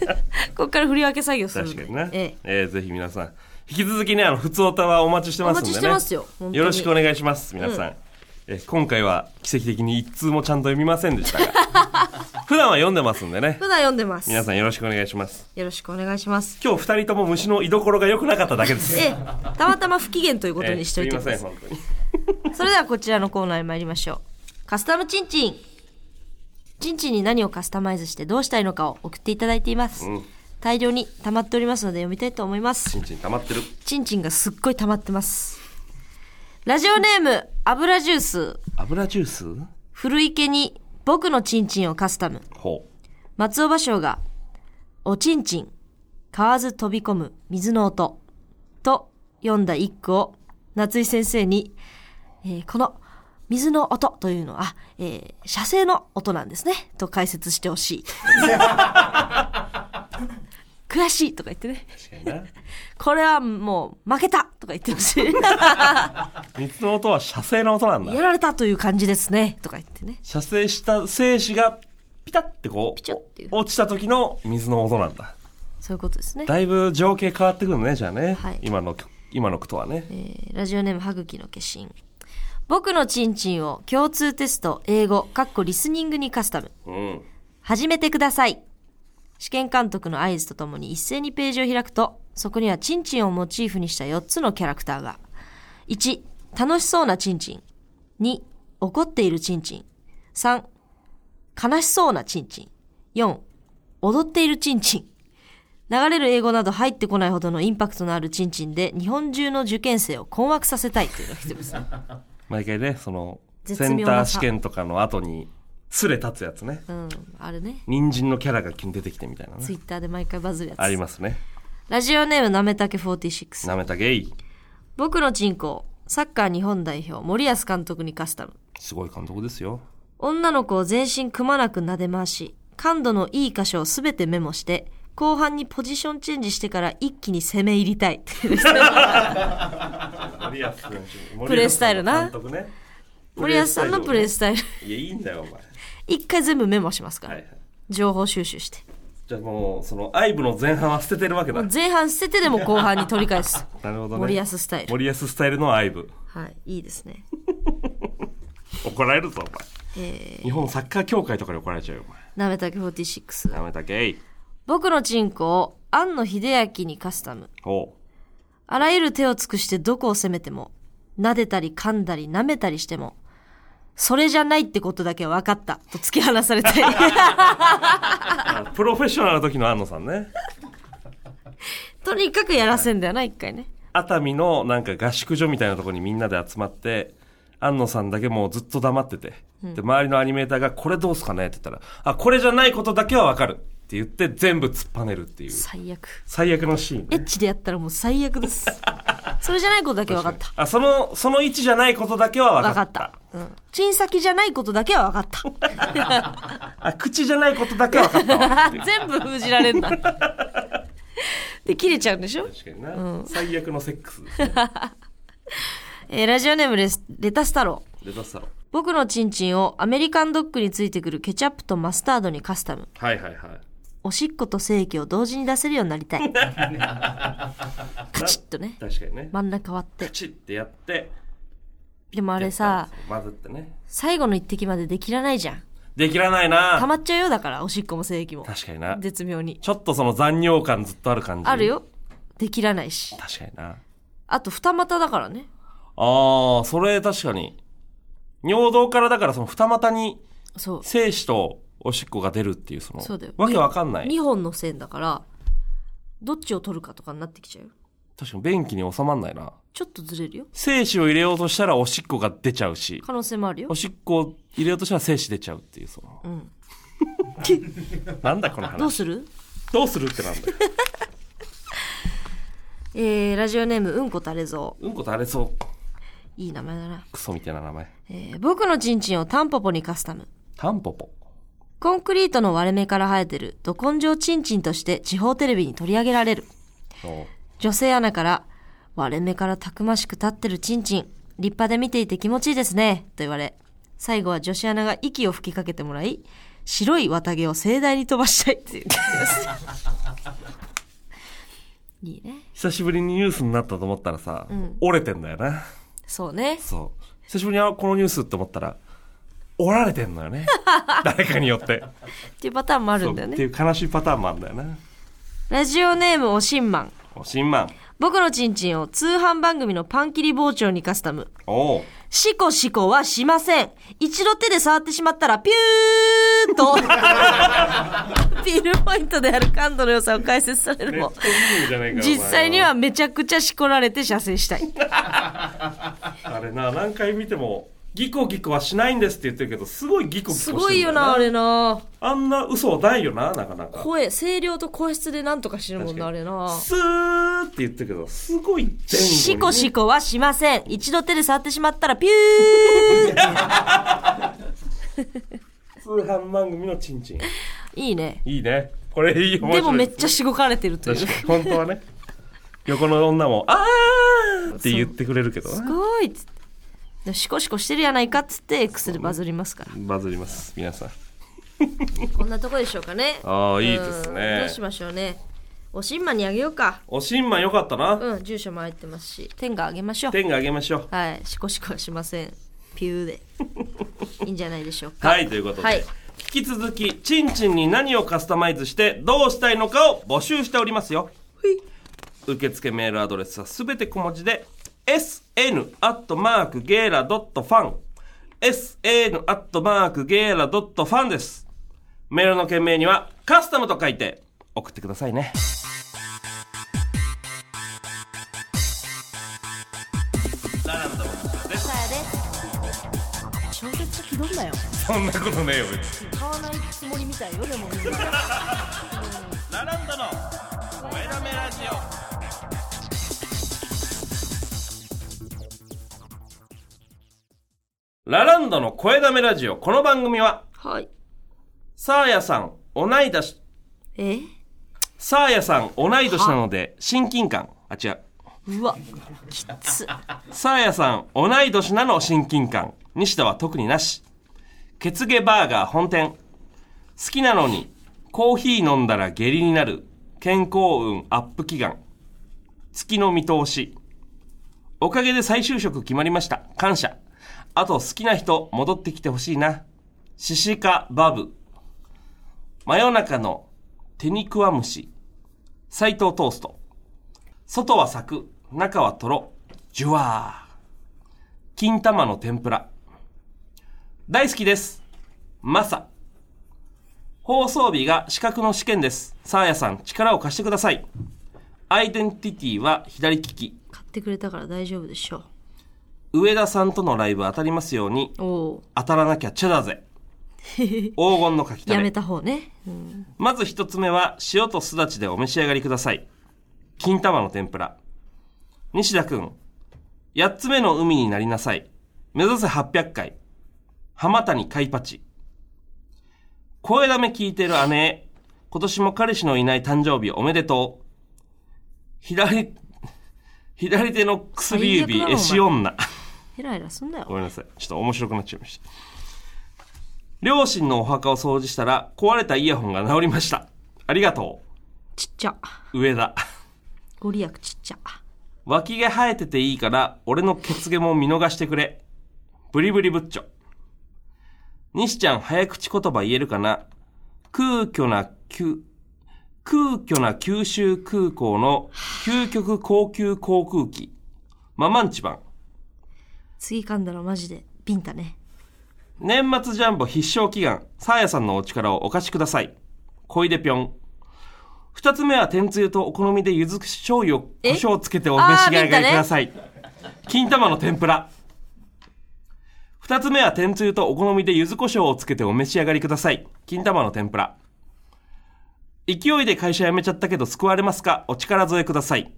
S2: こから振り分け作業するん
S1: 確
S2: で。
S1: かにね、
S2: ええ
S1: えーぜひ皆さん引き続きねあの普通歌はお待ちしてますんでね
S2: お待ちしてますよ本当に
S1: よろしくお願いします皆さん、えー今回は奇跡的に一通もちゃんと読みませんでしたが 普段は読んでますんでね
S2: 普段読んでます。
S1: 皆さんよろしくお願いします
S2: よろしくお願いします。
S1: 今日二人とも虫の居所が良くなかっただけです
S2: ええ、たまたま不機嫌ということ
S1: えー
S2: にしておいてください
S1: す。みません本
S2: それではこちらのコーナーへ参りましょう。カスタムチンチン。チンチンに何をカスタマイズしてどうしたいのかを送っていただいています。
S1: うん
S2: 大量に溜まっておりますので読みたいと思います
S1: 当。にちんちん溜まってる
S2: チンチンがすっごい溜まってます。ラジオネーム、油ジュース。
S1: 油ジュース
S2: 古池に僕のチンチンをカスタム。
S1: ほ
S2: 松尾芭蕉が、おちんちん、買わず飛び込む水の音、と読んだ一句を、夏井先生に、えーこの水の音というのは、えー射精の音なんですね、と解説してほしい。 悔しいとか言ってね。
S1: う確かにな
S2: これはもう負けたとか言ってほしい。
S1: 水の音は射精の音なん
S2: や
S1: だ
S2: られたという感じですね、とか言ってね。
S1: 射精した精子がピタってこ
S2: チュッていう
S1: う落ちた時の水の音なんだ
S2: そういうことですね。
S1: だいぶ情景変わってくるねじゃあね、
S2: はい
S1: 今の今の句とはね
S2: えーラジオネーム、歯茎の化身。僕のチンチンを共通テスト、英語、かっこリスニングにカスタム。
S1: うん
S2: 始めてください。試験監督の合図とともに一斉にページを開くと、そこにはチンチンをモチーフにした4つのキャラクターが。1、楽しそうなチンチン。2、怒っているチンチン。3、悲しそうなチンチン。4、踊っているチンチン。流れる英語など入ってこないほどのインパクトのあるチンチンで日本中の受験生を困惑させたいというのが来て ます。
S1: 毎回ねその
S2: 絶
S1: セ
S2: 妙
S1: ン
S2: な
S1: ター
S2: 差
S1: 試験とかの後にすれ立つやつね
S2: うん、あれね。
S1: 人参のキャラが急に出てきてみたいなね
S2: ツイッターで毎回バズるやつ。
S1: ありますね
S2: ラジオネームなめたけ46。
S1: なめたゲイ
S2: 僕のチンコ、サッカー日本代表、森保監督にカスタム。
S1: すごい監督ですよ
S2: 女の子を全身くまなく撫で回し、感度のいい箇所をすべてメモして、後半にポジションチェンジしてから一気に攻め入りた い。
S1: 森保選手
S2: プレースタイルな
S1: 監督ね
S2: 森保さんのプレースタイル。
S1: イルいやいいんだよお前
S2: 一回全部メモしますから。
S1: はいはい
S2: 情報収集して。
S1: じゃあもうそのアイブの前半は捨ててるわけだ
S2: もう前半捨ててでも後半に取り返 す。
S1: なるほどね
S2: 森保スタイル。
S1: 森保スタイルのアイブ
S2: はい、いいですね。
S1: 怒られるぞお前
S2: え
S1: 日本サッカー協会とかに怒られちゃうよお前
S2: ー、なめたけ46。
S1: なめたゲイ
S2: 僕のチンコを庵野秀明にカスタム。
S1: お
S2: あらゆる手を尽くしてどこを攻めても、撫でたり噛んだり舐めたりしても、それじゃないってことだけは分かった、と突き放さ れたい。
S1: あプロフェッショナルの時の安野さんね
S2: とにかくやらせんだよな、一回ね。
S1: 熱海のなんか合宿所みたいなところにみんなで集まって、安野さんだけもうずっと黙ってて、で、周りのアニメーターがこれどうすかねって言ったら、あ、これじゃないことだけはわかるって言って全部突っぱねるっていう、
S2: 最悪。
S1: 最悪のシーン
S2: エ
S1: ね、
S2: ッチでやったらもう最悪 です。それじゃないことだけ分かった。
S1: あ、その、その位置じゃないことだけはわか
S2: 分
S1: っ
S2: か
S1: た。
S2: った。うん。チン先じゃないことだけは分かっ
S1: あ、口じゃないことだけはわかったわ。
S2: た。全部封じられんだ。で で切れちゃうんでしょ、
S1: 確かにな、最悪のセックスですね
S2: えーラジオネームレスレタス太郎
S1: レタス太郎
S2: 僕のチンチンをアメリカンドッグについてくるケチャップとマスタードにカスタム
S1: はいはいはい
S2: おしっこと精液を同時に出せるようになりた いカチッとね
S1: 確かにね
S2: 真ん中割っ
S1: カ
S2: て
S1: チッてやって
S2: でもあ
S1: あ
S2: れさ
S1: 混ぜてね
S2: 最後の一滴までできらないじゃん
S1: できらない
S2: 溜
S1: な
S2: まっちゃうよだからおしっこも精液も
S1: 確かにな
S2: 絶妙に
S1: ちょっとその残尿感ずっとある感じ
S2: あるよできらないし
S1: 確かにな
S2: あと二股だからね
S1: ああそれ確かに尿道からだからその二股に
S2: そう
S1: 精子とおしっこが出るっていうその
S2: そうだよ
S1: わけわかんない
S2: 2本の線だからどっちを取るかとかになってきちゃうよ
S1: 確かに便器に収まんないな
S2: ちょっとずれるよ
S1: 精子を入れようとしたらおしっこが出ちゃうし
S2: 可能性もあるよ
S1: おしっこを入れようとしたら精子出ちゃうっていうその、
S2: ん
S1: なんだこの
S2: どう
S1: 話
S2: する
S1: どうするってなんだよ
S2: えー、ラジオネームうんこ垂れぞ
S1: うんこ垂れそう
S2: ういい名前だな、
S1: クソみたいな名前
S2: えー、僕のチンチンをタンポポにカスタム
S1: タンポポ
S2: コンクリートの割れ目から生えてるど根性チンチンとして地方テレビに取り上げられる
S1: の
S2: 女性アナから割れ目からたくましく立ってるチンチン立派で見ていて気持ちいいですねと言われ最後は女子アナが息を吹きかけてもらい白い綿毛を盛大に飛ばしたいっ ていういいね
S1: 久しぶりにニュースになったと思ったらさ、折れてんだよな
S2: そうね
S1: そう久しぶりにあこのニュースって思ったら折られてんのよ ね誰かによって
S2: っていうパターンもあるんだよ
S1: そう
S2: ね
S1: っていう悲しいパターンもあるんだよな
S2: ラジオネームおしんまん
S1: おしんまん
S2: 僕のチンチンを通販番組のパン切り包丁にカスタム
S1: おう
S2: シコシコはしません。一度手で触ってしまったら、ピューっ と。ピルポイントである感度の良さを解説されるも。実際にはめちゃくちゃしこられて射精したい。
S1: あれな何回見てもギコギコはしないんですって言ってるけどすごいギコギコして
S2: す
S1: るんだ
S2: ごいよな、あれな。
S1: あんな嘘はないよななかなか
S2: 声、声量と声質でなんとかしてるもんな、あれな。
S1: スーって言ってるけどすごい前後に
S2: シコシコはしません。一度手で触ってしまったら、ピュー
S1: 通販番組のチンチン
S2: いいね。
S1: いいねこれいい面白い
S2: でもめっ
S1: ゃ
S2: ちゃしごかれてるという。
S1: 確
S2: す
S1: かに本当は ね横の女も「あー!」って言ってくれるけどな
S2: ごいっつってでもシコシコしてるやないかっつって X でバズりますから。
S1: バズります皆さん
S2: こんなとこでしょうかね。
S1: ああいいです
S2: うんどう
S1: ね
S2: しましょうね。おしんまにあげようか。
S1: おしんまんよかったな、
S2: うん、住所も入ってますし、天があげましょう。
S1: 天があげましょう
S2: はい、しこしこはしません。ピュー で。いいんじゃないでしょうか。
S1: はいということで、
S2: はい
S1: 引き続きちんちんに何をカスタマイズしてどうしたいのかを募集しておりますよ受付メールアドレスはすべて小文字で sn.gera.fan sn.gera.fan ですメールの件名にはカスタムと書いて送ってくださいね
S2: 小説ってどんだよ。
S1: そんなことねえよ
S2: 買わないつもりみたいよ、でも。
S1: ラランドの声ラメラジオラランドの声だめラジオ。この番組は、
S2: はい。
S1: サーヤさん、同い年、
S2: え
S1: サーヤさん、同い年なので、親近感。あ、違う。
S2: うわ、きっつ。
S1: サーヤさん、同い年なの親近感。西田は特になし。ケツゲバーガー本店。好きなのに、コーヒー飲んだら下痢になる。健康運アップ祈願。月の見通し。おかげで再就職決まりました。感謝。あと好きな人戻ってきてほしいな。シシカバブ。真夜中の手に食わ虫。斎藤トースト。外はサク、中はとろ、ジュワー。金玉の天ぷら。大好きです。マサ。放送日が資格の試験です。サーヤさん、力を貸してください。アイデンティティは左利き。
S2: 買ってくれたから大丈夫でしょ
S1: 上田さんとのライブ当たりますように、
S2: う。おお
S1: 当たらなきゃチェだぜ。黄金の書き
S2: ー。
S1: 溜
S2: や
S1: め
S2: め。た方ね。うん
S1: まず一つ目は、塩とすだちでお召し上がりください。金玉の天ぷら。西田くん、八つ目の海になりなさい。目指せ800回。浜谷海パチ。声だめ聞いてる姉へ、今年も彼氏のいない誕生日おめでとう。左、 左手の薬指、
S2: 最悪だな
S1: えし女。
S2: ヘラヘラすんな
S1: ご
S2: よ。
S1: めんなさい。ちょっと面白くなっちゃいました。両親のお墓を掃除したら、壊れたイヤホンが治りました。ありがと
S2: ちっちゃ。
S1: う。上田。
S2: ご利益ちっちゃ。
S1: 脇毛生えてていいから、俺のケツ毛も見逃してくれ。ブリブリブッチョ。西ちゃん早口言葉言えるかな空虚な、きゅ空虚な九州空港の究極高級航空機。ママンチ版。
S2: 次噛んだらマジでビンタね。
S1: 年末ジャンボ必勝祈願、サーヤさんのお力をお貸しください。小出ぴょん。二つ目は天つゆとお好みで柚子醤油を胡
S2: え
S1: 椒をつけてお召し上がりください。金玉の天ぷら。二つ目は天つゆとお好みで柚子胡椒をつけてお召し上がりください。金玉の天ぷら。勢いで会社辞めちゃったけど救われますかお力添えください。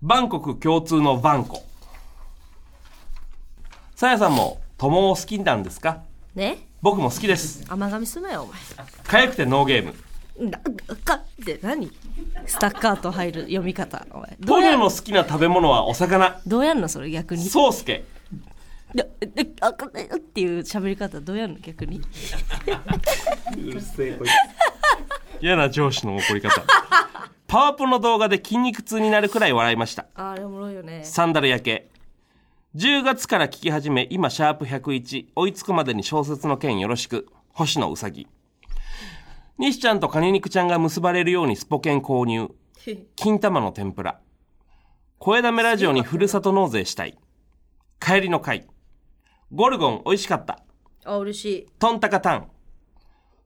S1: バンコク共通のバンコ。さやさんも友を好きなんですか
S2: ね
S1: 僕も好きです。
S2: 甘噛みすんなよ、お前。
S1: かゆくてノーゲーム。
S2: なかって何スタッカート入る読み方お前
S1: ポ
S2: どう
S1: ニョ
S2: や
S1: の好きな食べ物はお魚。
S2: どうやんのそれ逆に
S1: ソースケ。
S2: でであかえっていう喋り方どうやんの逆に
S1: うるせえこいつ。嫌な上司の怒り方。パワポの動画で筋肉痛になるくらい笑いました。
S2: あれおもろいよね
S1: サンダル焼け。10月から聞き始め、今、シャープ101、追いつくまでに小説の件よろしく。星野うさぎ。西ちゃんとカニ肉ちゃんが結ばれるようにスポケン購入。金玉の天ぷら。声だめラジオにふるさと納税したい。帰りの会。ゴルゴン美味しかった。
S2: あ嬉しい
S1: トンタカタン。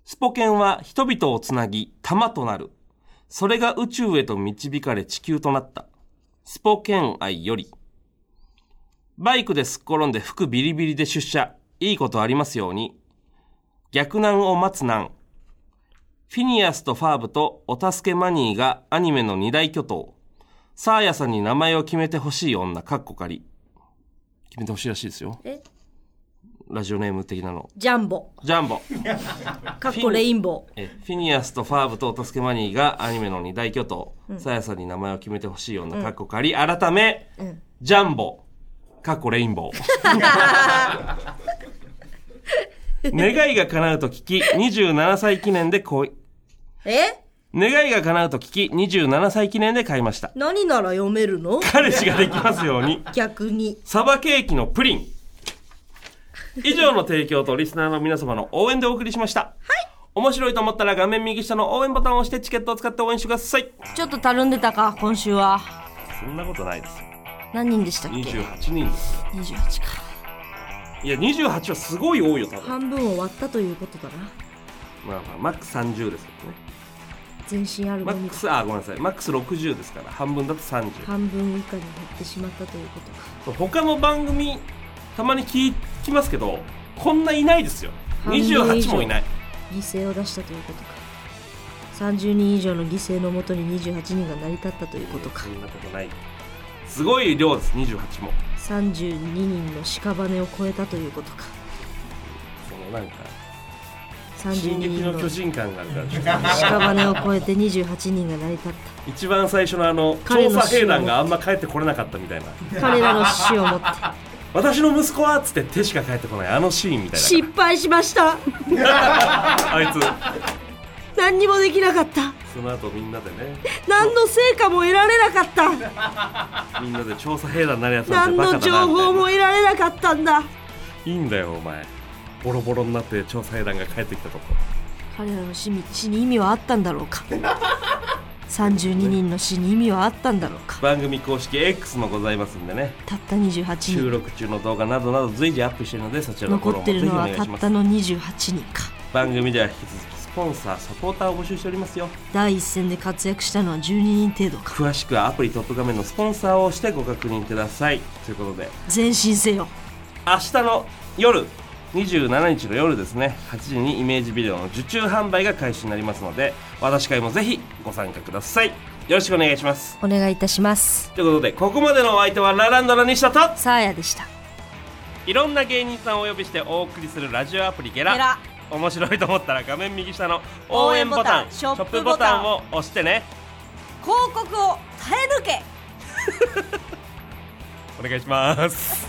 S1: スポケンは人々をつなぎ、玉となる。それが宇宙へと導かれ地球となった。スポケン愛より。バイクですっ転んで服ビリビリで出社。いいことありますように。逆難を待つ難。フィニアスとファーブとお助けマニーがアニメの二大巨頭。サーヤさんに名前を決めてほしい女、カッコ仮。決めてほしいらしいですよ。
S2: え
S1: ラジオネーム的なの。
S2: ジャンボ
S1: ジャンボ。
S2: かっこレインボ
S1: えフィニアスとファーブとお助けマニーがアニメの二大巨頭、さやさんに名前を決めてほしいようなカッコ仮、改め、ジャンボ、カッコレインボー。 願いが叶うと聞き、27歳記念でこい、
S2: ーえ
S1: 願いが叶うと聞き、27歳記念で買いました。
S2: 何なら読めるの
S1: 彼氏ができますように。
S2: 逆に
S1: サバケーキのプリン。以上の提供とリスナーの皆様の応援でお送りしました。はい。面白いと思ったら画面右下の応援ボタンを押してチケットを使って応援してください。
S2: ちょっとたるんでたか今週は
S1: そんなことないです。
S2: 何人でしたっけ
S1: 28人です。
S2: 28か
S1: いや、28はすごい多いよ、多分。
S2: 半分を割ったということだな
S1: まあまあ、マックス30ですけどね。
S2: 全身ある
S1: マ
S2: のみ
S1: ックス、あ、ごめんなさい。マックス60ですから、半分だと30。
S2: 半分以下に減ってしまったということか
S1: 他の番組、たまに聞きますけど、こんないないですよ。28もいない。
S2: 犠牲を出したということか30人以上の犠牲のもとに28人が成り立ったということか
S1: そんなことない。すごい量です、28も。
S2: 32人の屍を超えたということか
S1: そのなんか、
S2: 32
S1: 進撃
S2: 人の
S1: の巨人感があるからちょっ
S2: 屍を超えて28人が成り立っ
S1: と一番最初のあの
S2: 彼
S1: 調
S2: の
S1: 査兵団があんま帰ってこれなかったみたいな
S2: た彼らの死をもって
S1: 私の息子はっつって手しか帰ってこないあのシーンみたい
S2: 失敗しました
S1: なあいつ
S2: 何にもできなかった
S1: その後みんなでね
S2: 何の成果も得られなかった
S1: みんなで調査兵団になるやつなん
S2: 何
S1: てバ
S2: の
S1: カ
S2: 情
S1: だなみた
S2: 報
S1: い
S2: も
S1: な
S2: 得られなかったんだ
S1: いいんだよお前ボロボロになって調査兵団が帰ってきたとこ
S2: 彼らの死に死に意味はあったんだろうか32人の死に意味はあったんだろうか
S1: 番組公式 X もございますんでね
S2: たった28
S1: 収
S2: 人
S1: 録中の動画などなど随時アップしてるのでそちらのフォロ
S2: 残っ
S1: ーもぜ
S2: てる
S1: ひお
S2: のは
S1: 願い
S2: た
S1: し
S2: っ
S1: ま
S2: た
S1: す
S2: の28人か
S1: 番組では引き続きスポンサーサポーターを募集しておりますよ
S2: 第一線で活躍したのは12人程度か
S1: 詳しくはアプリトップ画面のスポンサーをしてご確認くださいということで
S2: 前進せよ
S1: 明日の夜27日の夜ですね8時にイメージビデオの受注販売が開始になりますので私会もぜひご参加くださいよろしくお願いします
S2: お願いいたします
S1: ということでここまでのお相手はラランドラ西田と
S2: サーヤでした
S1: いろんな芸人さんをお呼びしてお送りするラジオアプリゲラ
S2: ゲラ
S1: 面白いと思ったら画面右下の応援ボタン
S2: 応援ボタン
S1: ショップボタンを押してね
S2: 広告を変え抜け
S1: お願いします